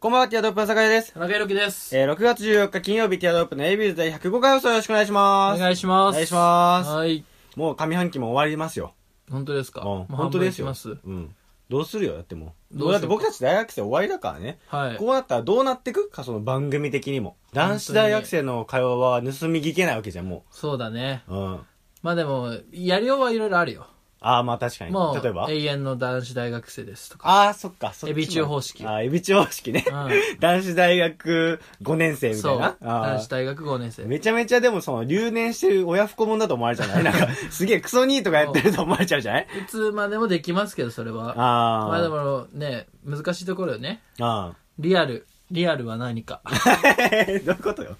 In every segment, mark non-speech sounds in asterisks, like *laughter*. こんばんは、ティアドロップの酒井です。田中裕樹です。えー、6月14日金曜日、ティアドロップの a b ズ第105回放送よろしくお願いしおます。願いします。お願いしますはい。もう上半期も終わりますよ。本当ですか。うんも、う本当ですよ。半分いきうん。どうするよ、だってもう。どうするだって僕たち大学生終わりだからね。ますはい。こうなったらどうなってくか、その番組的にも。男子大学生の会話は盗み聞けないわけじゃん、もそうだね。う。うん。まあでも、やりようはいろいろあるよ。ああ、まあ確かに。も例えばう、永遠の男子大学生ですとか。ああ、そっか、そっちもエビ中方式ああ、エビ中方式ね。う *laughs* 男子大学5年生みたそ。いうな。あ男あ子大学5年生。めちゃめちゃでもその留年してる親不孝者だと思われちゃうじゃない *laughs* なんか、すげえクソニーとかやってると思われちゃうじゃないいつまでもできますけど、それは。あまあでーもね、難しいところよね。あリアル。リアルは何か。ー。 *laughs* どういうことよ。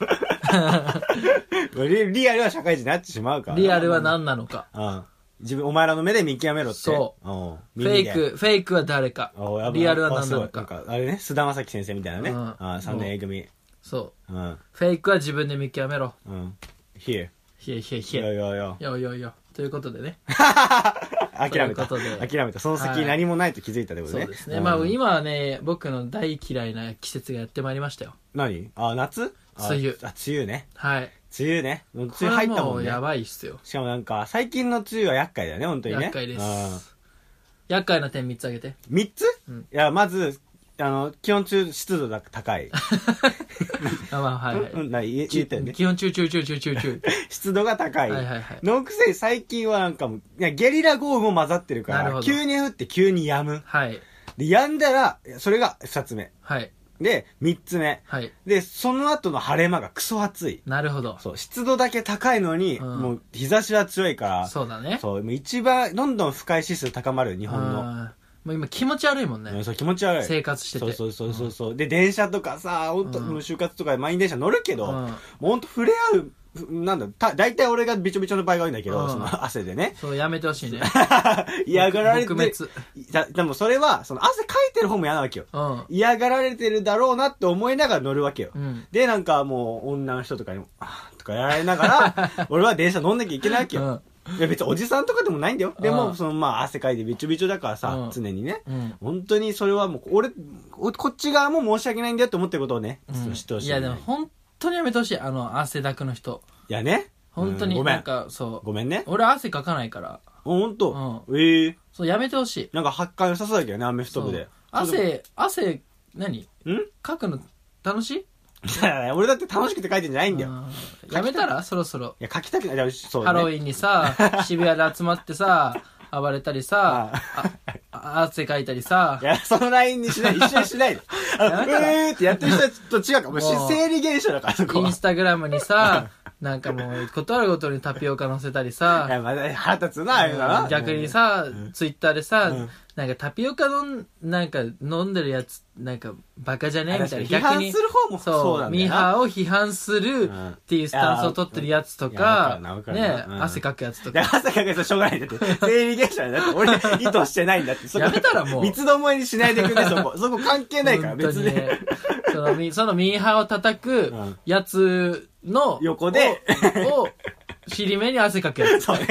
リリアルは社会人になってしまうから。リアルは何なのか。うん自分、お前らの目で見極めろって。。そうんフェイ。ク、フェイクは誰か耳でおや。ばいリアルは何なあのすごいか。んあれね、菅田将暉先生みたいなね。うんあー三年 A 組。そう。うん。フェイクは自分で見極めろ。うん。Here. ひえひえいひやえ。いやいや。よいよいよ。ということでね。諦めた。ということで諦めた。そのは先い何もないと気づいたってことそね。うですね。んまあ今はね、僕の大嫌いな季節がやってまいりましたよ。何あ、夏あ梅雨あ、梅雨ね。はい。梅雨ね。もう梅こ雨れは入ったももんうねや。ばいっすよ。しかもなんか、最近の梅雨は厄介だよね、本当にね。厄介でうんす。厄介な点3つあげて。三つ、うんいや、まず、あの、基本中湿度が高い。あ、まあはいは *laughs* い。うん、な、言え言ったよね。基本中中中中中中。 *laughs* 湿度が高い。はいはいはいのくせに最近はなんかもういや、ゲリラ豪雨も混ざってるかなるほら、ど急に降って急に止む。はい。で、止んだら、それが二つ目。はい。で、三つ目。はい。で、その後の晴れ間がクソ暑い。なるほど。そう、湿度だけ高いのに、うんもう日差しは強いから、そうだね。そう、もう一番、どんどん不快指数高まる、日日本の。もう今気持ち悪いもんうんね。そう、気持ち悪い。生活してて。そうそうそうそうそう、で電車とかさ本当うんもう就活とかで満員電車乗るけど、うんもう本当触れ合うふなんだた大体俺がびちょびちょの場合が多いんだけど、うんその汗でねそう、やめてほしいね。 *laughs* 嫌がられて撲滅だでもそれはその汗かいてる方も嫌なわけようん。嫌がられてるだろうなって思いながら乗るわけよ、うん。でなんかもう女の人とかにも「あーとかやられなが *laughs* ら俺は電車乗んなきゃいけないわけうよ、ん。いや別におじさんとかでもないんだよ、でうもんそのまあ汗かいてびちょびちょだからさ、うん常にね、うん。本当にそれはもう俺おこっち側も申し訳ないんだよって思ってることをね、うん知ってほしいいね、やでも本当にやめてほしい。あの、汗だくの人。いやね本当うんにごめなんんか、そう。ごめんね俺汗かかないから本当、ええそうやめてほしいなんか発汗良さそうだけどねアメフト部でそう汗汗何うん *laughs* 書くの楽しい俺だって楽しくて書いてんじゃないんだよあーやめたらそろそろいや書きたくないじゃあそうハだロウねィン *laughs* にさ渋谷で集まってさ暴れたりさああ汗かいたりさいや、そのラインにし *laughs* ない、一緒にしないで。あの、やうめたらーってやってる人たちと違うから、もうもう生理現象だから、そこイは。ンいスタグラムにさなんかもう断るごとにタピオカ載せたりさや、まだ腹立つな、あれだな。逆にさ、ツイッターでさ、うんなんかタピオカのなんか飲んでるやつなんかバカじゃうん、ねみ確たかいにな批逆判にする方もそうなんだミよーなハーを批判するっていうスタンスを取ってるやつとか、うんいやわかるわかるね、うん汗かくや *laughs* つといやか。汗かけてしょうがないんだって。生理現象なんだって。俺、意図してないんだって。そこやめたらもう三つどもえにしないでくれ、そ *laughs* こ。そこ関係ないから、本当別にに。ね。そのミ *laughs* そのミーハーを叩くうんやつの、横でを、を尻目に汗かくやつ。 *laughs* そうね。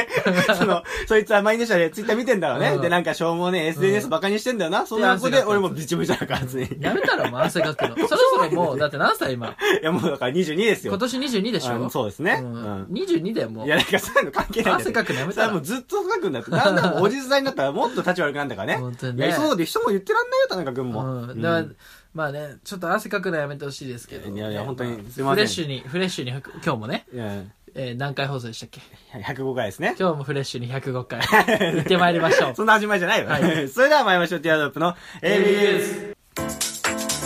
その、そいつは毎日でツイッター見てんだろうね。うんで、なんかしょうもね、SNS バカにしてんだよな。そんなことで、で汗かく俺もビチョビチョだから、常に。いやめたらもう汗かくの。そろそろもう、だって何歳今や、もうだから22ですよ。今年22でしうんょそうですねううんん、22だよもうい。や、なんかそういうの関係ないんだって汗かくのやめたらそれはもうずっとかくんだって。だんだんもうおじさんになったらもっと立ち悪くなるんだからね。本当にいねや、そうで人も言ってらんないよ、田中君も。うん、だから、まあね、ちょっと汗かくのやめてほしいですけど。いやいや本当にすいませんフレッシュに、フレッシュに、今日もね、いやえー何回放送でしたっけ105回ですね。今日もフレッシュに105回 *laughs* 行ってまいりま *laughs* しょうそんな始まりじゃないよ。は *laughs* いそれでは参りましょう。ティアドロップの AB です。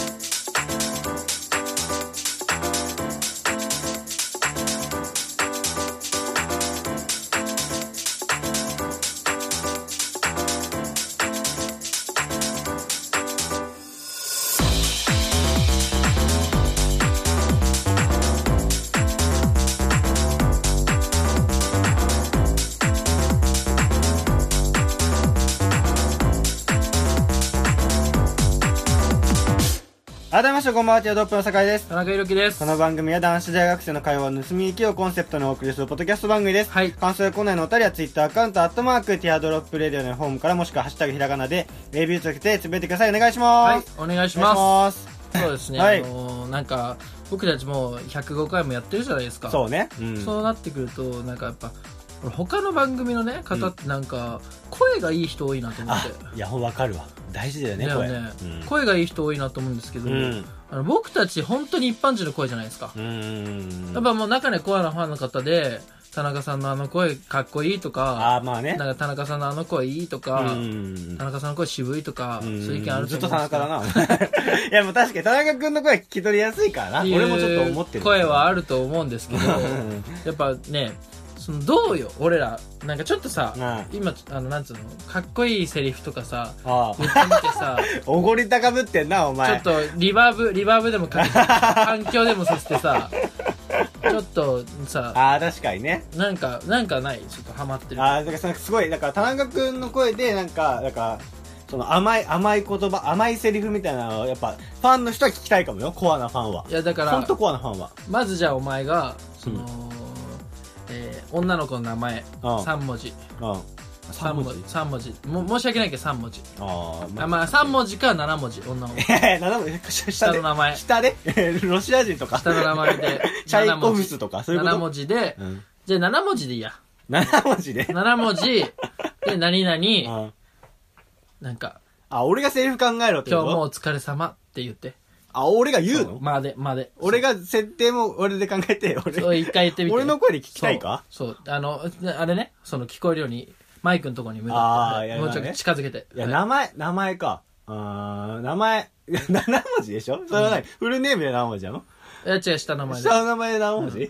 改めまして、こんばんは。ティアドロップの酒井です。田中裕樹ですこの番組は男子大学生の会話を盗み行きをコンセプトにお送りするポッドキャスト番組です。はい感想やコーナーのお便りはツイッターアカウント、アットマーク、ティアドロップレディオのホームからもしくはハッシュタグひらがなで、レビューつけてつぶやいてください。お願いしはいます。お願いおします願いします。そうですね、はいあのーなんか僕たちもう105回もやってるじゃないですかそうね。うん。そうなってくるとなんかやっぱ俺他の番組のね方ってなんか声がいい人多いなと思っあて、、いや、わかるわ。大事だよね、だこよれ。ねうん声がいい人多いなと思うんですけど、うん。あの僕たち本当に一般人の声じゃないですか、うん。やっぱもう中でコアなファンの方で田中さんのあの声かっこいいとかあーまあね。なんか田中さんのあの声いいとうか、ん田中さんの声渋いとか、うんそういう意見あるずとっ思とうん田です中けどだな。 *laughs* いや、もう確かに田中君の声聞き取りやすいからな。いう俺もちょっと思ってる。声はあると思うんで *laughs* すけどうんやっぱねそのどうよ俺らなんかちょっとさ、うん今あのなんつうのかっこいいセリフと *laughs* かさあ言ってみてさあ。おごり高ぶってんな、おちょ前。っとリバーブリバーブでも *laughs* かけて反響でもさせてさちょっとさああ、確かにね。なんかなんかないちょっとハマってるああ、だからさすごい、だから田中君の声で、なんか、なんか、その甘い、甘い言葉、甘いセリフみたいなのを、やっぱ、ファンの人は聞きたいかもよ、コアなファンは。いやだかほんらとコアなファンは。まずじゃあお前がそうの、んえー女の子の名前うん3文字うん。三文字三文字も申し訳ないけど3文字あー *laughs* あまあ3文字か7文字女の子えー、7文字 *laughs* 下下での名前下で *laughs* ロシア人とか下の名前で *laughs* チャ7イコ文フ字スとかそういうこと7文字でうん、じゃあ7文字でいい *laughs* や7文字で、 7文字で何う々ん、なんかあ俺がセリフ考えろってこ今と日もお疲れ様って言ってあ俺が言うのまあでまあで俺が設定も俺で考えてそうそう俺一回言ってみて俺の声で聞きたいかそうそうあのあれねその聞こえるようにマイクのところに向あーかっいてやもうちょっと近づけていや、はい名前、名前か。あー名前、7文 *laughs* 字でしょそれは何、フルネームで何文字なのいや違う下の名前で下の名前で何文字、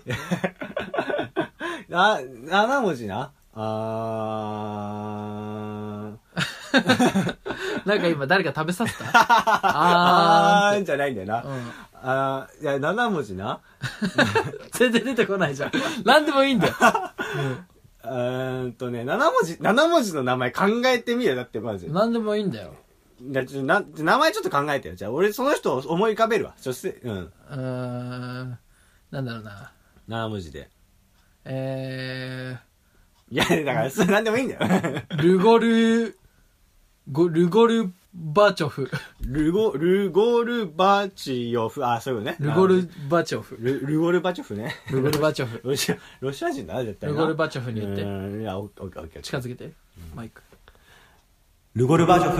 *laughs* な、7文字なあー。 *laughs* なんか今誰か食べさせ *laughs* たああーんじゃないんだよな。ーうんあー、いや、7文字な。 *laughs* 全然出てこないじゃん何でもいいんだようーんとね、7文字、7文字の名前考えてみよ。だってまず。何でもいいんだよだちょな名前ちょっと考えてよ。じゃあ、俺その人を思い浮かべるわ。そして、うん。うーんなんだろうな7文字で。えいや、だから、それ何でもいいんだ *laughs* よ。ー、ルゴルゴルゴルバチ *laughs* ョフルゴ、ルゴルバチオフ、あ、そういうことね。ルゴルバチョフル、ルゴルバチョフね。ルゴルバチョフロシア、ロシア人だな、絶対な。ルゴルバチョフに言ってうーんいや、オッケーオッケーオッケー。近づけてマイクルゴルバージョフ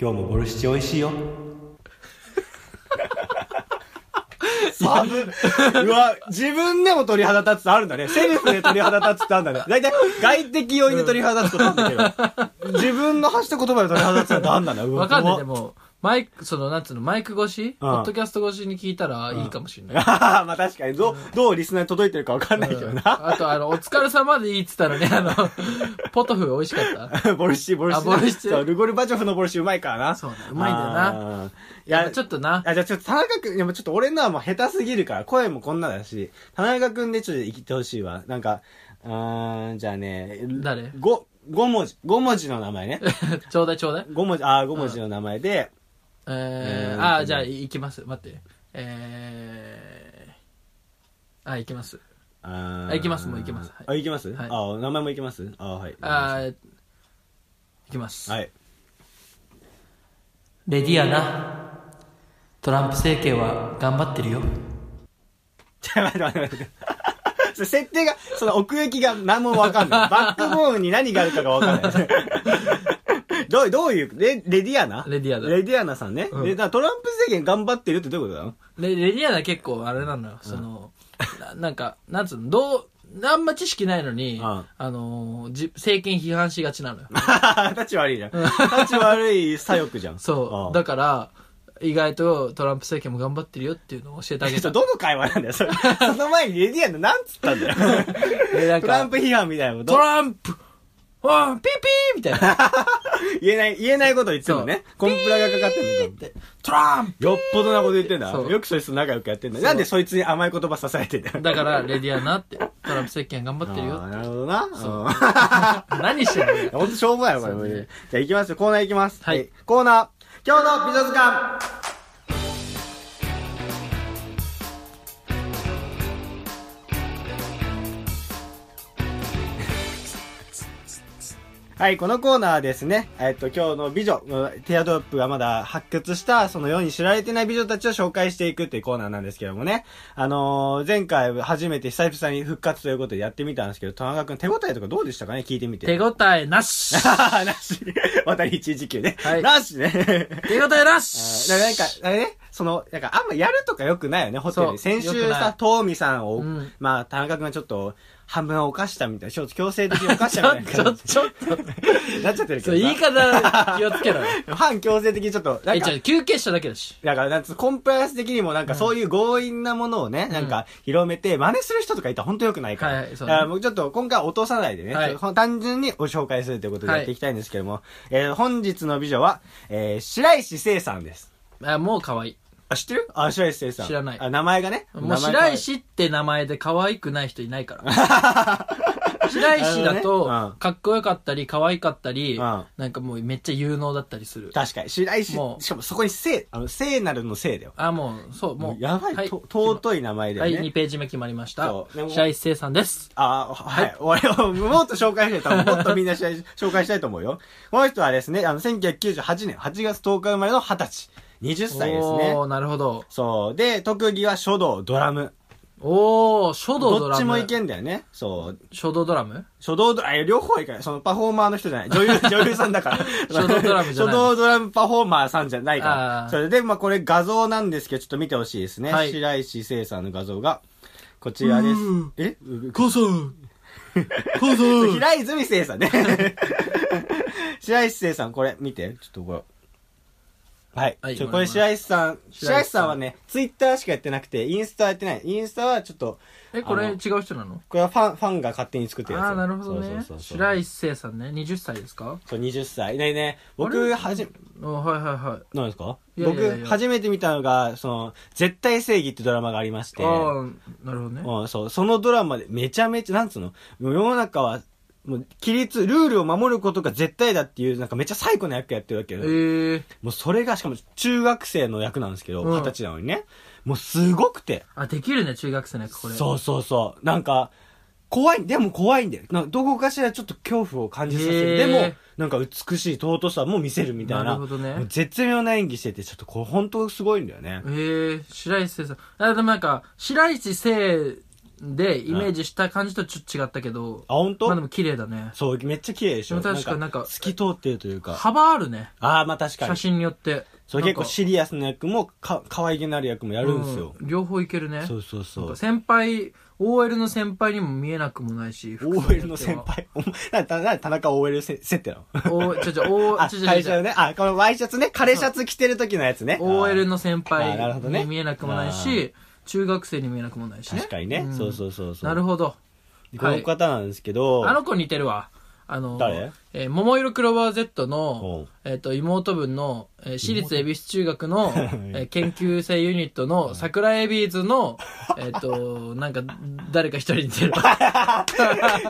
今日もボルシチ美味し *laughs* いよサブうわ自分でも鳥肌立つってあるんだねセリフで鳥肌立つってあるんだね大体外的要因で鳥肌立つことあるんだけど自分の発した言葉で鳥肌立つってあるんだねうわわかんない怖でっもマイクそのなんつうのマイク越しポッドキャスト越しに聞いたらいいかもしれない、あー *laughs* まあ確かにどうどうリスナーに届いてるかわかんないけどな、あとあの「お疲れ様でいい」っつったらねあの *laughs* ポトフ美味しかっ *laughs* たボルシチボルシチあボルシチそうルゴルバチョフのボルシチうまいからなそうねうまいんだよなあーいやっやぱちょっとな *laughs* あ、じゃあちょっと田中くん、でもちょっと俺のはもう下手すぎるから、声もこんなだし、田中くんでちょっと生きてほしいわ。なんか、うーん、じゃあね、誰 ?5、5文字、5文字の名前ね。ちょうだいちょうだい5文字、あー、5文字の名前で、ええーー、あーじゃあいきます待ってえー、あいきますああいきますもういきますはいあ、いきます、はいあー、名前もいきますあー、はい。あーいきます、はい。レディアなトランプ政権は頑張ってるよちょ、待って待って待って。それ *laughs* 設定が、その奥行きが何もわかんない。バックボーンに何があるかがわかんない。 *laughs* どう、どういう、レ、レディアナレディアナレディアナさんね。うんで、だからトランプ政権頑張ってるってどういうことなのレレディアナ結構あれなのよその、ななんかなんつうのどうあんま知識ないのに、うんあのーじ政権批判しがちなのよ *laughs* 立ち悪いじゃん。立ち悪い左翼じゃん。そうだだから意外とトランプ政権も頑張ってるよっていうのを教えてあげけ *laughs* たど、どの会話なんだよ、 *laughs* それ。その前にレディアンのなんつったんだよ。でなんトランかプ批判みたいなこトと。ランプあピーピーみたいな言えない、言えないこと言ってるのね。コンプラがかかってるの。トランよっぽどなこと言ってんだ。そうよくそいつと仲良くやってんだ。なんでそいつに甘い言葉支えてんだよプ。だから、レディアナって、トランプ政権頑張ってるあよ。ーなるほどな。うん何してんのよほんとしょうもないわ、これ。そうねじゃあ行きますよ。コーナー行きます。はい。コーナー、今日の美女図鑑はい、このコーナーはですね、えっと、今日の美女、うんティアドロップがまだ発掘した、その世に知られてない美女たちを紹介していくっていうコーナーなんですけどもね、あのー前回初めて久々に復活ということでやってみたんですけど、田中君手応えとかどうでしたかね聞いてみて。手応えなしあーな *laughs* し。渡り一時給ね。はいなし *laughs* ね。手応えなあしーなんか、あれね、その、なんか、あんまやるとかよくないよね、ホテそうル。先良く週ないさ、東美さんを、うんまあ、田中君がちょっと、半分犯したみたいな、ちょっと強制的に犯しちたょみったいな感と、じ。ちょっと、 *laughs* なっちゃってるけそどさ。う、言い方気をつけろよ。反強制的にちょっと、なんえ、かじゃ、あ休憩しただけだし。だからなんつうコンプライアンス的にもなんかそういう強引なものをね、なんか広めて、真似する人とかいたら本当良くないから。はいはいそうねだからもうちょっと今回は落とさないでね、はいちょっと単純にご紹介するということではいやっていきたいんですけども、えー本日の美女は、えー白石聖さんです。あ、もう可愛い。あ、知ってるあ、白石聖さん。知らないあ、名前がね。もう名前が白。石って名前で可愛くない人いないから。白な石だるほどねとうん、かっこよかったり、可愛かったり、んなんかもうめっちゃ有能だったりする。 *laughs* 確かに。白石も、うしかもそこに聖、あの、聖なるの聖だよ。あ、もう、そう、もう。やばい、はいと尊い名前だはよい、ね。 2ページ目決まりましたそうで。も白石聖さんです。あはい。俺をもっと紹介してたら、もっとみんなし *laughs* 紹介したいと思うよ。この人はですね、あの、1998年8月10日生まれの20歳。20歳ですねお。ー、なるほど。そう。で、特技は書道、ドラム。おー、書道ドどっラちムも。いけんだよね。そう。書道ドラム。書道ドラム、両方いかない。そのパフォーマーの人じゃない。女優、女優さんだから書道ドラムじゃな書い道ドラムパフォーマーさんじゃないかあーら。それで、まあこれ画像なんですけど、ちょっと見てほしいですね。はい白石聖さんの画像が、こちらですうん。え母さ *laughs* ん母さ平泉聖さんね。 *laughs* 白石聖さん、これ見て。ちょっとこれ。はい。はいちょごこ覧れくださ白石さん。白石さんはね、ツイッターしかやってなくて、インスタはやってない。インスタはちょっと、え、これあ違のう人なのこれはファン、ファンが勝手に作ってるやつ。ああ、なるほどそうそうねそう。そう白。石聖さんね、20歳ですかそう、20歳。ねね、あ僕、れはじ、おはいはいはい。何ですかいやいやいや僕、初めて見たのが、その、絶対正義ってドラマがありまして。ああ、なるほどね。うん、そう。そのドラマでめちゃめちゃ、なんつうのもう世の中は、もう、規律、ルールを守ることが絶対だっていう、なんかめっちゃ最古の役やってるわけよ。ええ。もうそれが、しかも中学生の役なんですけど、うん二、十、歳なのにね。もうすごくて。あ、できるね、中学生の役、これ。そうそうそう。なんか、怖い、でも怖いんだよ。なんかどこかしらちょっと恐怖を感じさせる。へでーも、なんか美しい尊さも見せるみたいな。なるほどねもう絶妙な演技してて、ちょっとこれ本当すごいんだよね。ええ白石聖さん。あ、でもなんか、白石聖でイメージした感じとちょっと違ったけど、あ、本当、まあでも綺麗だね。そう、めっちゃ綺麗でしょ。でも確かなんか透き通ってるというか。幅あるね、ああ、まあ確かに写。真によって。そうなん結か構シリアスな役もか可愛げのある役もやるんですよ、う両方いけるね。そうそうそなんうか先輩、OL の先輩にも見えなくもないし、服装によっては OL の先輩お前 *laughs* ななな田中 OL せ設定なのおちょちょ、おあちょちょ会ち社ょのねあこのワイシャツね枯れシャツ着てる時のやつね OL のの先あーなる輩ほどねに見えなくもないし、中学生に見えなくもないしね。確かにね、んそうそうそうそうなるほど。この方なんですけど、あの子似てるわ。あの、誰えー桃色クローバー Z おのう、えっ、と、妹分の、えー私立恵比寿中 *laughs* 学の、えー研究生ユニットの桜恵比寿の、えっ、と、なんか、誰か一人似て *laughs* るわ。 *laughs*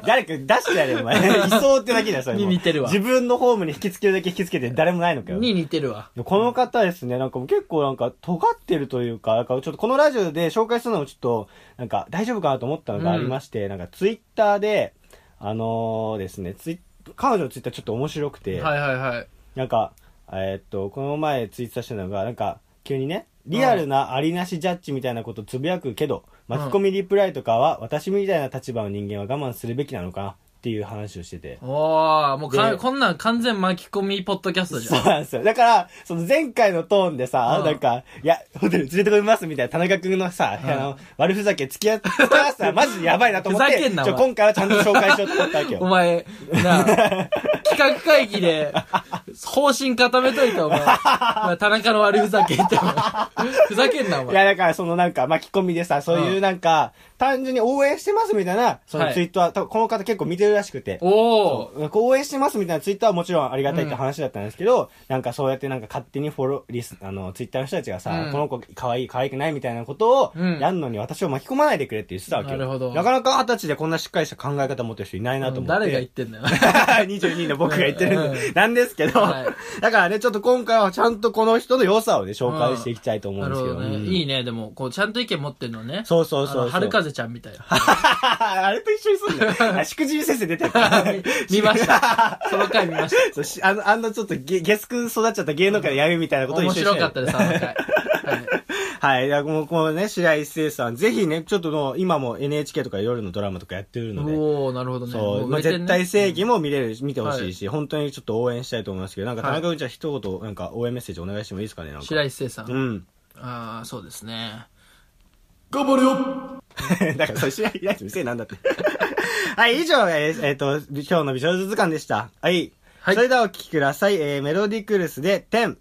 誰か出してやれよお *laughs* 前 *laughs* いそうってだけだよそれもに似てるわ自分のホームに引きつけるだけ引きつけて誰もないのかよに似てるわ。この方ですね、なんかもう結構なんか尖ってるというか、なんかちょっとこのラジオで紹介するのもちょっと、なんか大丈夫かなと思ったのがありまして、なんかツイッターで、あのーですね、ツイ彼女のツイッターちょっと面白くて、はいはいはい。なんか、えーっと、この前ツイートしたのが、なんか急にね、リアルなありなしジャッジみたいなことつぶやくけど、うん巻き込みリプライとかは私みたいな立場の人間は我慢するべきなのかなっていう話をしてて。おー、もうか、でこんなん完全巻き込みポッドキャストじゃんそう。なんですよ。だから、その前回のトーンでさ、うんなんか、いや、ホテル連れてこいますみたいな田中君のさ、あの、悪ふざけ付き合ってた *laughs* さ、マジでやばいなと思っふざて、けんなちょお前今回はちゃんと紹介しようと思ったわけ *laughs* およ。前、 *laughs* なあ企画会議で、方針固めとい *laughs* た、お前。まあ田中の悪ふざけって、お前ふざけんな、おい前。や、だから、そのなんか、巻き込みでさ、そういうなんか、単純に応援してますみたいな、そはのいツイートは、多分この方結構見てるらしくて。おー。なんか応援してますみたいなツイッターはもちろんありがたいって話だったんですけど、なんかそうやってなんか勝手にフォロー、リス、あの、ツイッターの人たちがさ、うんこの子可愛い可愛くないみたいなことをうんやるのに私を巻き込まないでくれって言ってたわけよ。なるほどなかなか二十歳でこんなしっかりした考え方持ってる人いないなと思って。誰が言ってんだよ。 *laughs* 22の僕が言ってるんで、うなんですけど、はだからね、ちょっと今回はちゃんとこの人の良さをね、紹介していきたいと思うなんでるすほけど。どね。うんいいね、でも、こう、ちゃんと意見持ってんのね。 *laughs* そうそうそうそうあの春風ちゃんみたいな。あれと一緒にすんだよ。あしくじり先スで出てるから *laughs* 見ました。その回見まし *laughs* そうしあの、あのちょっとゲゲスく育っちゃった芸能界の闇みたいなた。ことを一緒面にして白かったです、あの *laughs* 回。はい。はい。いや、もう、このね、白石聖さん、ぜひね、ちょっともう、今も NHK とか夜のドラマとかやってるので、おー、なるほどね。そう、もまあ、売れてん絶ね対正義も見れる、見てほしいし、本当にちょっと応援したいと思いますけど、なんか、田中君じゃあ一言、なんか、応援メッセージお願いしてもいいですかね、なんか。白石聖さ。うんん。ああ、そうですね。頑張れよ *laughs* だから、それ白石聖なんだって。 *laughs* はい、以上、えーえーと、今日の美少女図鑑でした。はい。はいそれではお聴きください。えー、メロディクルスで、10。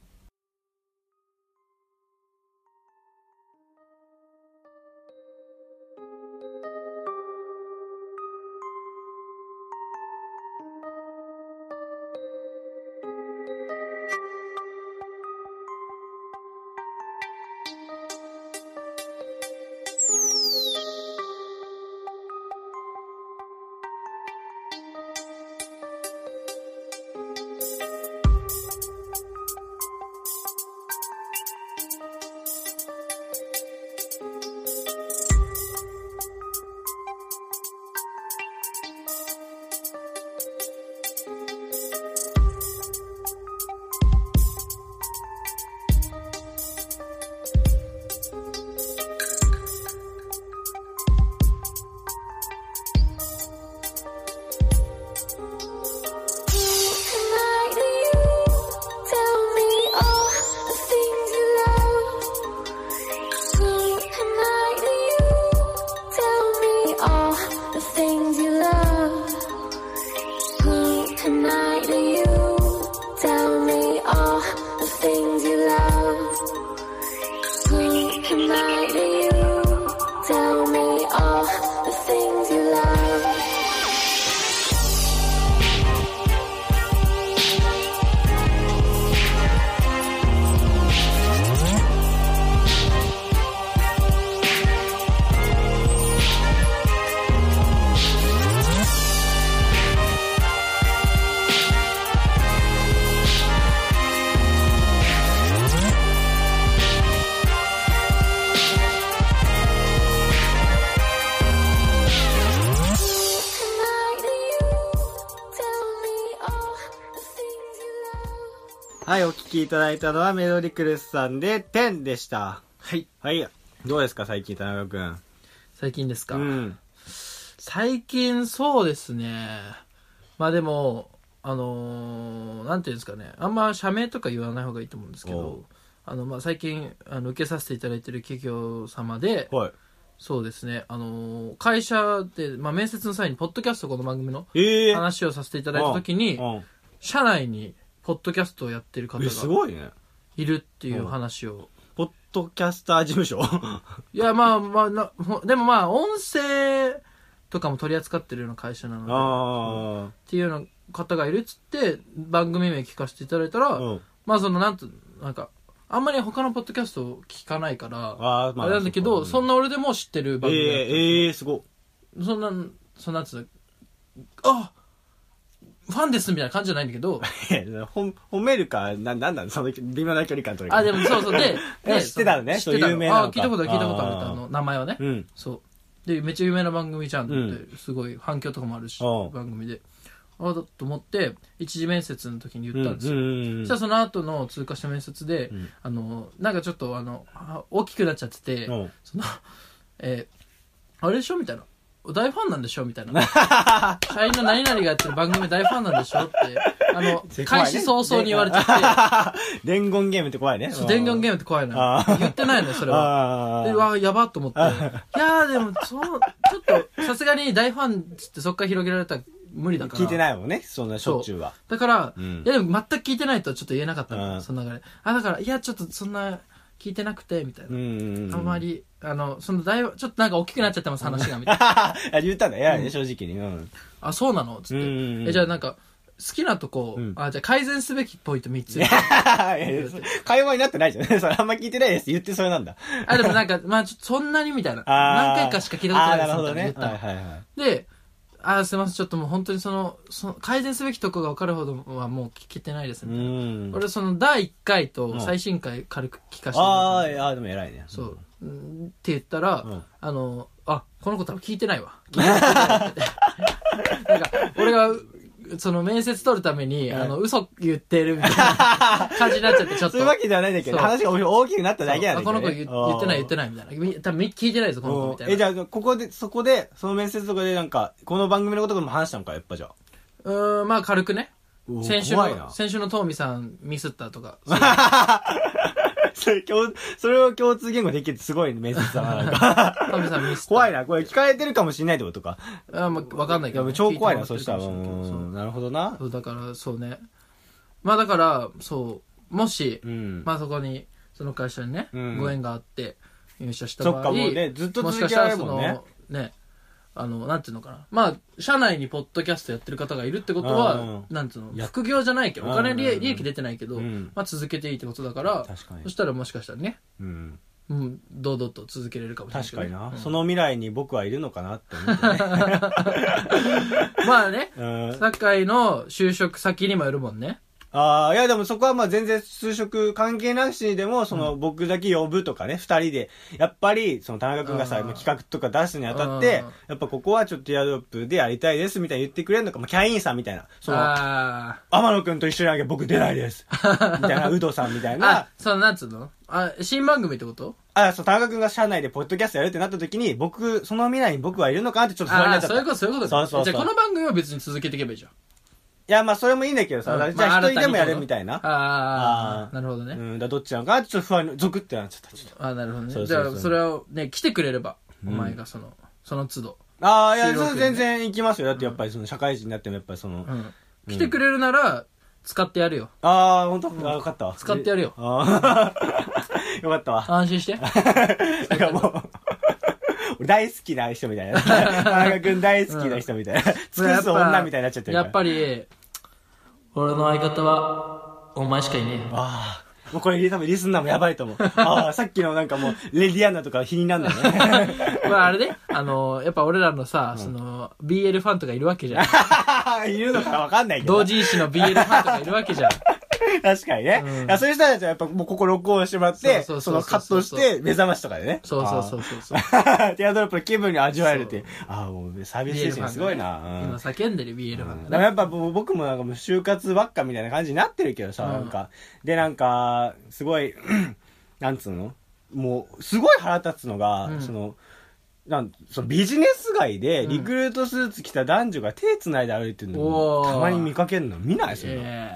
Tell me all the things you love. Can I do you? Tell me all the things you love. Can I do you? Tell me all the things you love. Can I do you? Tell me all the things you love. Can I do you? Tell me all the things you love. はい、お聴きいただいたのは、メロディクルスさんで、10でした。はい。はい。どうですか、最近、田中君。最近ですか、うん。最近そうですね。まあでも、あのーなんていうんですかね。あんま社名とか言わない方がいいと思うんですけおうど、あの、まあ最近、あの、受けさせていただいてる企業様で、はい。そうですね。あのー会社で、まあ面接の際に、ポッドキャストこの番組のええー。話をさせていただいた時に、うん社内に、ポッドキャストをやってる方え、すがごいね。いるっていう話を。ポッドキャスター事務 *laughs* 所いや、まあまあな、ほでもまあ、音声とかも取り扱ってるような会社なので、あっていうような方がいるっつって番組名聞かせていただいたら、あ。うん。まあそのなんとなんかあんまり他のポッドキャストを聞かないからあーまあれなんだけそうどかそんな俺でも知ってるえ番組だった、え、ええ、すごい。 *laughs* そんなそんなやつうのあファンですみたいな感じじゃないんだ *laughs* けどえほん褒めるか、な、なんなんその微妙な距離感というか。あでもそうそう *laughs* でえで知ってたのねその知ってたそう有名なののかあ聞いたことある聞いたことあるあーあの名前はね、うん。そうでめっちゃ有名な番組じゃんって、うすごい反響とかもあるしおう番組でああだと思って一次面接の時にう言っん。うたんんですよ、うんそしたらその後の通過した面接で、んあのなんかちょっとあのあ大きくなっちゃってて、うんそのえーあれでしょみたいな大ファンなんでしょみた *laughs* いな社員の何々がやってる番組大ファンなんでしょって *laughs* あの開始早々に言われちゃってって。伝言ゲームって怖いね。そう伝言ゲームって怖いのよあー言ってないのよそれはあでうあ。わやばっと思っていやーでもそうちょっとさすがに大ファンっつってそっから広げられたら無理だから聞いてないもんね、そんなしょっちゅうは。だから、うんいやでも全く聞いてないとはちょっと言えなかったの、うんその流れ。あ、だから、いや、ちょっとそんな聞いてなくて、みたいな。うんうんうん。あんま。り、あの、そのだいぶ、ちょっとなんか大きくなっち *laughs* ゃってます、話が、みたいな。あ言ったんだ、偉いね、正直に。うん。 *laughs* あ、そうなのつっうんうて、んうんえ。じゃあなんか、好きなとこ、うんあ、じゃあ改善すべきポイント3 *laughs* つい。やいや会話になってないじゃん。 *laughs* それあんま聞いてないですって言ってそれなんだ。あ、でもなんか、まあちょっとそんなにみたいな。あー何回かしか聞いたことないです、あーなるほどねみ。たいなはい言はったいはい。の。で、あー、すいません、ちょっともう本当にその、その改善すべきとこが分かるほどはもう聞けてないです、うみたいな。ん。俺、その第1回と最新回軽く聞かせてもらったのあーあー、でも偉いね。そう。うんって言ったら、うんあの、あ、この子多分聞いてないわ。なんか、俺が、うその面接取るために、うんあの、嘘言ってるみたい *laughs* な感じになっちゃって、ちょっそと。ういうわけではないんだけど、そう話が大きくなっただけなんあだけこど、ね。の子言言ってない言ってないみたいなみ。多分聞いてないぞ、この子みたうんえ、いじな。ゃあ、ここで、そこで、その面接とかでなんか、この番組のこととかも話したのか、やっぱじゃあ。うーん、まあ軽くね。うお先週怖いなの、先週のトーミさんミスったとか。 *laughs* それ共それを共通言語できるってすごいね、面接だな、なん *laughs* か。トーミさんミスった。怖いな、これ聞かれてるかもしれないってことか。あまあ、わかんないいけや、どもね、う超怖いな、聞そてしたら。うもらってるかもしれないけどん、そうなるほどな。そう、だから、そうね。まあだから、そう、もしう、ん。まあそこに、その会社にね、うんご縁があって入社した場合、そっか、もうね、ずっともし続かしけたられらるそもんのねね。あのなんていうのかなまあ社内にポッドキャストやってる方がいるってことは、うんなんつうのや副業じゃないけどお金利,、うん利益出てないけど、うんまあ、続けていいってことだから確かにそしたらもしかしたらね、うん。うん、堂々と続けれるかもしれない確かけどね、にな。うんその未来に僕はいるのかなって思って *laughs* ね。まあねうん。酒井の就職先にもよるもんねああ、いやでもそこはまあ全然就職関係なしにでも、その僕だけ呼ぶとかね、二、人で、やっぱり、その田中君がさ、うんまあ企画とか出すにあたってうん、やっぱここはちょっとヤドロップでやりたいですみたいに言ってくれるのか、まあキャインさんみたいな、その、あ天野君と一緒にあげ僕出ないです。 *laughs* みたいな、有働さんみたいーなあ、そのなんつうのあ新番組ってことあ、そう、田中君が社内でポッドキャストやるってなった時に、僕、その未来に僕はいるのかなってちょっと不安にあなあっちゃった。ーそういうことそういうことかそうそうそうじゃあこの番組は別に続けていけばいいじゃんいや、まあそれもいいんだけどさ、うんじゃまああ一人でもやるみたいな。あああーなるほどね、うん、だからどっちなのかなってちょっと不安に、ゾクってなっちゃった。ちょっとあなるほどねそうそうそうじゃあそれをね来てくれれば、お前がそのその都度、ああ、いや、収録それ全然行きますよ。だってやっぱりその社会人になってもやっぱりその、うあん、来てくれるなら使ってやるよあー、ほんと、ああ、よかったわ。使ってやるよああ、 *laughs* よかったわ。安心してなんかもう、俺大好きな人みたいな。田中君大好きな人みたいな。尽くす女みたいになっちゃってるから。やっぱり俺の相方はお前しかいねえよ *laughs* ああ、もうこれ多分リスナーもやばいと思う。ああ、さっきのなんかもう、レディアンナとか気になんないね。 *laughs* *laughs* まああれねあのやっぱ俺らのさ、その BL ファンとかいるわけじゃんいるのかわかんないけど同。人誌の BL ファンとかいるわけ *laughs* じゃん確かにね。いやそういう人たちはやっぱもうここ録音してもらって、そそうそうそうそうのカットして目覚ましとかでね。そうそうそうそうそうあー *laughs* ティアドロップの気分に味わえるっていう。ああ、もうサービス精 BL ファン神がねすごいな。うん今叫んでる BL ファンがでねもやっぱもう僕もなんかもう就活ばっかみたいな感じになってるけどさ、うんなんか。で、なんか、すごい、 *clears throat* なんつうのもう、すごい腹立つのが、うんその、なんそのビジネス街でリクルートスーツ着た男女が手繋いで歩いてるのおをーたまに見かけるの見ないそんな。え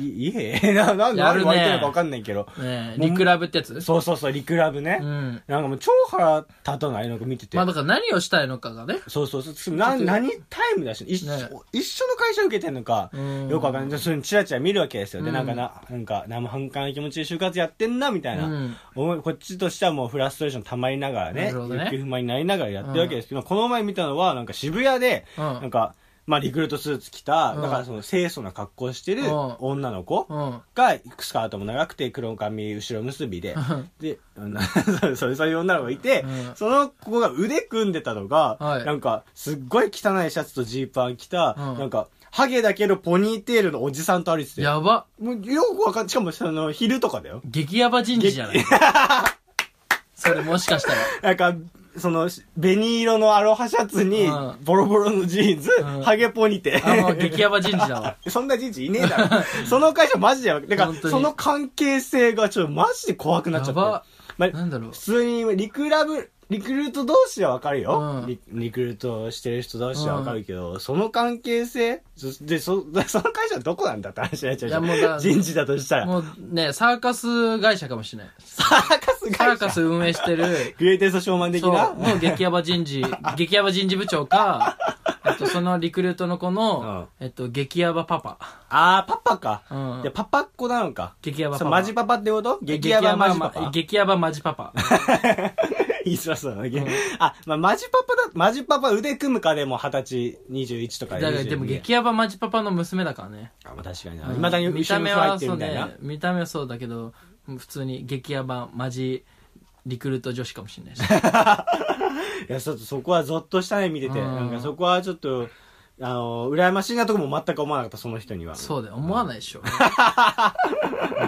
い *laughs* いえ、な、なんでや何る言わねれてるのか分かんないけど。えねえリクラブってやつそうそうそう、リクラブね。うんなんかもう超腹立たないのか見てて。まあだから何をしたいのかがね。そうそうそう。な、何タイムだし、一緒、ね一緒の会社受けてんのか、うんよくわかんない。それチラチラ見るわけですよ。で、うんなんかな、なんか、生半可な気持ちで就活やってんな、みたいな。うん思いこっちとしてはもうフラストレーション溜まりながらなね、るほど欲ね求不満になりながらやってるわけですけど、この前見たのは、なんか渋谷で、うんなんか、まあリクルートスーツ着た、うんだからその清楚な格好してるうん女の子、うん。が、スカートも長くて、黒髪、後ろ結びで、で、なそうそうそういう女の *laughs* 子がいて、うんその子が腕組んでたのが、はいなんか、すっごい汚いシャツとジーパン着た、うんなんか、ハゲだけどポニーテールのおじさんと歩いてて、やば。もうよくわかん、しかもその、昼とかだよ。激ヤバ人事じゃない *laughs* それもしかしたら。なんか、その、紅色のアロハシャツにうん、ボロボロのジーンズ、うんハゲポニテあ、もう激ヤバ人事だ *laughs* わ。そんな人事いねえだ *laughs* ろ。その会社マジでやばくて、だか本当ら、にその関係性がちょっとマジで怖くなっちゃって。やばまあなんだろう普通にリクラブ、リクルート同士はわかるよ、うんリ。リクルートしてる人同士はわかるけど、その関係性そで、そ、その会社はどこなんだって話になっちゃうじゃんいやもうだ人事だとしたら。もうね、サーカス会社かもしれない。サーカス会社。サーカス運営して *laughs* る、グレイテストショーマン的そう、なもう激ヤバ人 *laughs* 事、激ヤバ人事部長か、えっと、そのリクルートの子の、えっと、激ヤバパパ。あー、パパか。うんいや、パパっ子なのか。激ヤバパそうパ。マジパパってこと激ヤバマジパパ。激ヤバマジパパ。 *laughs* 言いづらそうだね。あ、まあ、マジパパだ、マジパパ腕組むかでも二十歳、21とかだで。からでも22激ヤバマジパパの娘だからね。あ、まあ、確かにな。未だに見後たろに目入はってるそうみたいなね。見た目はそうだけど普通に激ヤバマジリクルート女子かもし *laughs* れないしいや、ちょっとそこはゾッとしたね、見てて。うんなんかそこはちょっと、あの、羨ましいなとこも全く思わなかった、その人には。そうだよ。思わないで *laughs* しょ。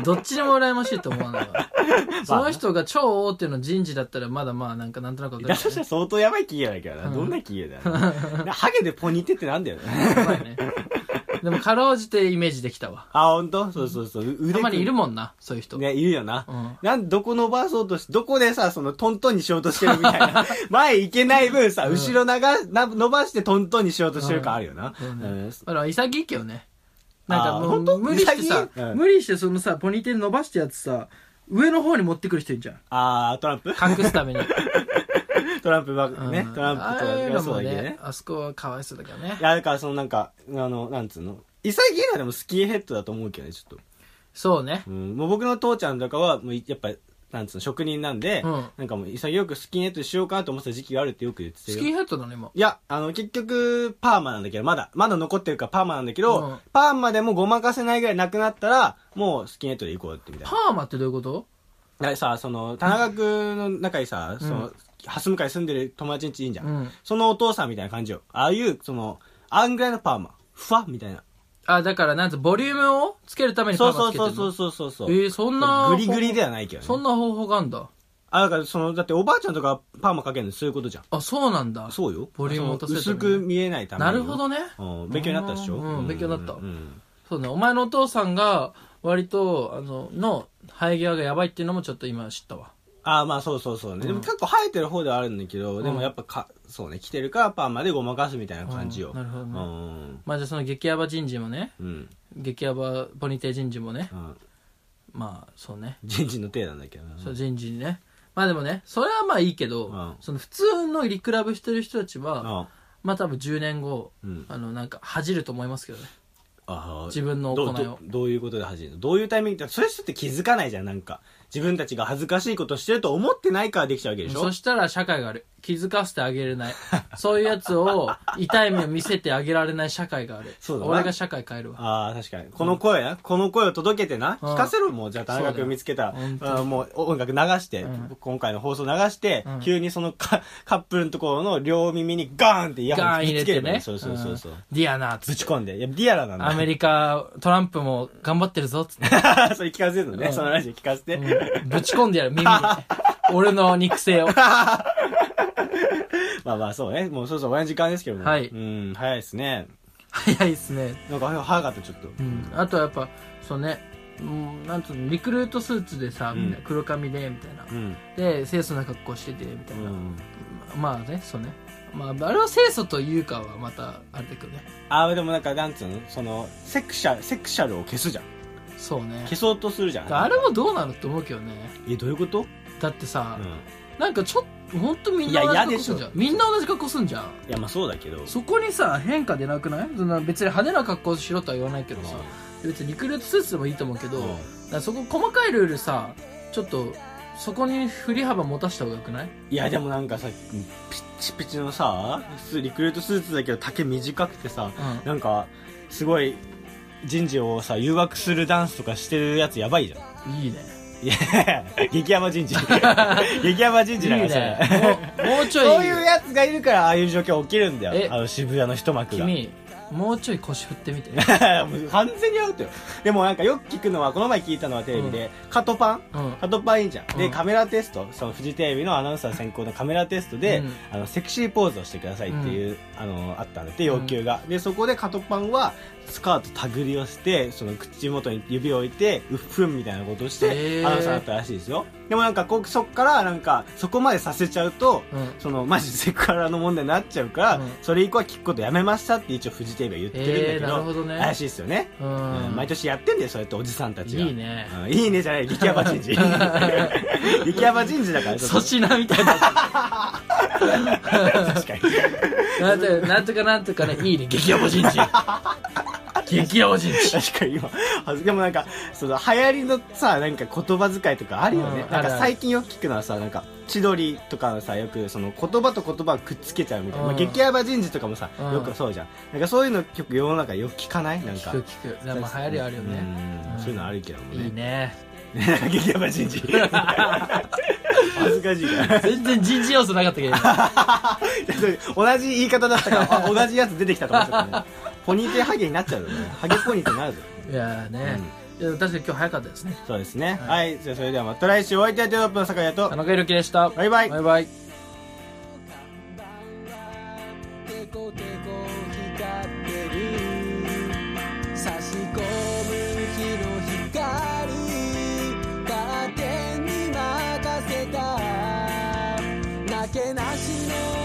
どっちでも羨ましいと思 *laughs* わないわ。その人が超大手の人事だったら、まだまあ、なんかなんとなくわ *laughs* かだるとけしたら相当やばい企業だけどな。うんどんな企業だよ *laughs* な。なハゲでポニテってなんだよね。 *laughs* ど。うまいね。でも、かろうじてイメージできたわ。あ、ほんとそうそうそう。う腕組んたまにいるもんな、そういう人。ね、いるよな。うんなん、どこ伸ばそうとし、どこでさ、そのトントンにしようとしてるみたい *laughs* な。前行けない分さ、うん後ろ長、な伸ばしてトントンにしようとしてる感あるよな。そうねうんだから潔いけどね。なんかあーも本当う、無理してさ潔いうん、無理してそのさ、ポニーテール伸ばしてやつさ、上の方に持ってくる人いるじゃん。あー、トランプ隠すため *laughs* に。トランプば、うんね、トランプあとあいうのか、もそうだけどねね、。あそこはかわいそうだけどねい。や、だからそのなんか、あの、なんつうの。潔いのはでもスキーヘッドだと思うけどね、ちょっと。そうねう。ん、もう僕の父ちゃんとかは、もうやっぱ、なんつうの、職人なんで、うんなんかもう潔くスキンヘッドにしようかなと思ってた時期があるってよく言ってたよスキンヘッドなの今。いや、あの、結局、パーマなんだけど、まだ、まだ残ってるからパーマなんだけど、うんパーマでもごまかせないぐらいなくなったら、もうスキンヘッドで行こうってみたいパーマってどういうことな。でさ、その、田中君の中にさ、うんその、ハス向かい住んでる友達んちいいんじゃん,、うんそのお父さんみたいな感じよ。ああいう、その、あんぐらいのパーマ。ふわっみたいな。あ、だからなんつうボリュームをつけるためにパそーうそマうつけてそうるのそうそうそうそう。えー、そんな。グリグリではないけどね。そんな方法があんだ。あ、だからその、だっておばあちゃんとかパーマかけるのそういうことじゃん。あ、そうなんだ。そうよ。ボリュームをそ落のとせ薄るためくに見えないためになるほどね。うん勉強になったでしょうん勉強になったうんそうね。お前のお父さんが、割と、あの、の生え際がやばいっていうのもちょっと今知ったわ。ああ、まあそうそうそうね。でも結構生えてる方ではあるんだけど、んでもやっぱか、そうね、来てるからパーマでごまかすみたいな感じよ。うんなるほどねうんまあじゃあその激ヤバ人事もね、うん。激ヤバポニテ人事もね、うん。まあそうね、人事の手なんだけどな。そう人事にね。まあでもね、それはまあいいけど、うんその普通のリクラブしてる人たちは、あまあ多分10年後、うんあのなんか恥じると思いますけどね。あー自分の行いをどうどうどういうことで恥じるのどういうタイミングでそういう人って気づかないじゃん、なんか。自分たちが恥ずかしいことしてると思ってないからできちゃうわけでしょそしたら社会がある。気づかせてあげ *laughs* れない。そういうやつを痛い目を見せてあげられない社会がある。そうだな俺が社会変えるわ。ああ、確かに。この声な、この声を届けてな、うん聞かせろ、もう。じゃあ、田中そうだよ君見つけたら、本当にあーもう音楽流して、うん今回の放送流して、うん急にそのカカップルのところの両耳にガーンってイヤホンガーン入ぶれつけてればいいね。そうそうそうそう。んディアナーっつぶってち込んで。いや、ディアラなんだ。アメリカ、トランプも頑張ってるぞっつって。 *laughs* それ聞かせるのね、うんそのラジオ聞かせて。うんぶち込んでやる、耳に。俺の肉声を。 *laughs* まあまあ、そうね。もうそろそろ終わりの時間ですけども。はいうん、早いですね。早いっすね。なんか早かった、ちょっと。うん。あとはやっぱ、そうね、うん、なんつうの、リクルートスーツでさ、うんみたいな黒髪で、みたいな。うん。で、清楚な格好してて、みたういな。ん。まあね、そうね。まあ、あれは清楚というかはまた、あれだけどね。ああ、でもなんか、なんつうのその、セクシャル、セクシャルを消すじゃん。そうね消。そうとするじゃん。あれもどうなのって思うけどね。え、どういうことだってさう、ん。なんかちょっと、ほんとみんな同じ格好すんいじや嫌でしょゃん。みんな同じ格好すんじゃん。いや、まあそうだけど。そこにさ、変化出なくないそんな別に派手な格好しろとは言わないけどさ。別にリクルートスーツでもいいと思うけど、うんだからそこ細かいルールさちょっとそこに振り幅持たした方がよくないいやでもなんかさピッチピチのさスリクルートスーツだけど丈短くてさうなんかすごい人事をさ誘惑するダンスとかしてるやつやば *laughs* いじゃんんいいねいや激ヤバ人 *laughs* 事激ヤバ人いい事だからそれねもうもうちょいそういうやつがいるからああいう状況起きるんだえよあの渋谷の一幕 *laughs* がも君もうちょい腰振っ *laughs* てみてう完全にアウトよでもなんかよく聞くのはこの前聞いたのはテレビで、カトパンうんカトパンいいじゃん。で、うんカメラテスト、そのフジテレビのアナウンサー専攻のカメラテストで、うんあの、セクシーポーズをしてくださいっていう、あの、あったんだって、要求が。で、そこでカトパンは、スカート手繰りをして、その口元に指を置いて、うっふんみたいなことをしへて、ーアナウンサーだったらしいですよ。でもなんか、こうそっから、なんか、そこまでさせちゃうと、うんその、マジセクハラの問題になっちゃうから、うんそれ以降は聞くことやめましたって一応フジテレビは言ってるんだえーなるほけど、どね怪しいですよね。ううんん毎年やってんだよ、そうやっておじさんたちが。いいねうんいいねじゃない、激ヤバ *laughs* 人事。激ヤバ人事だから、ちょ粗っと品みたいな確かに。なんとかなんとかなんとかねいいね激ヤバ人 *laughs* 事激ヤバ人事確かに今はず、でもなんか、その流行りのさ、なんか言葉遣いとかあるよね。うんなんあるあかる最近よく聞くのはさ、なんか、千鳥とかのさ、よくその言葉と言葉をくっつけちゃうみたいな。うまんあ激ヤバ人事とかもさ、うんよくそうじゃん。なんかそういうの結構世の中よく聞かないなん聞か。く聞くでも流行りはあるよね *laughs* うんそういうのあるけどもいい *laughs* ね。ね激ヤバ人事。恥ずかしいから。全然人事要素なか *laughs* ったけど、今同じ言い方だったから、あ同じやつ出てきたと思っちゃったね。ポニーテーハゲになっちゃうよね。ハゲポニーテになるぞ。いやーね、いや確かに今日早かったですねそうですね。はい。じゃあそれではまた来週お会いいたいというの酒屋と田、中裕樹でしたバイバイバイバイテコテコ光ってる差し込む日の光カーテンに任せたなけなしの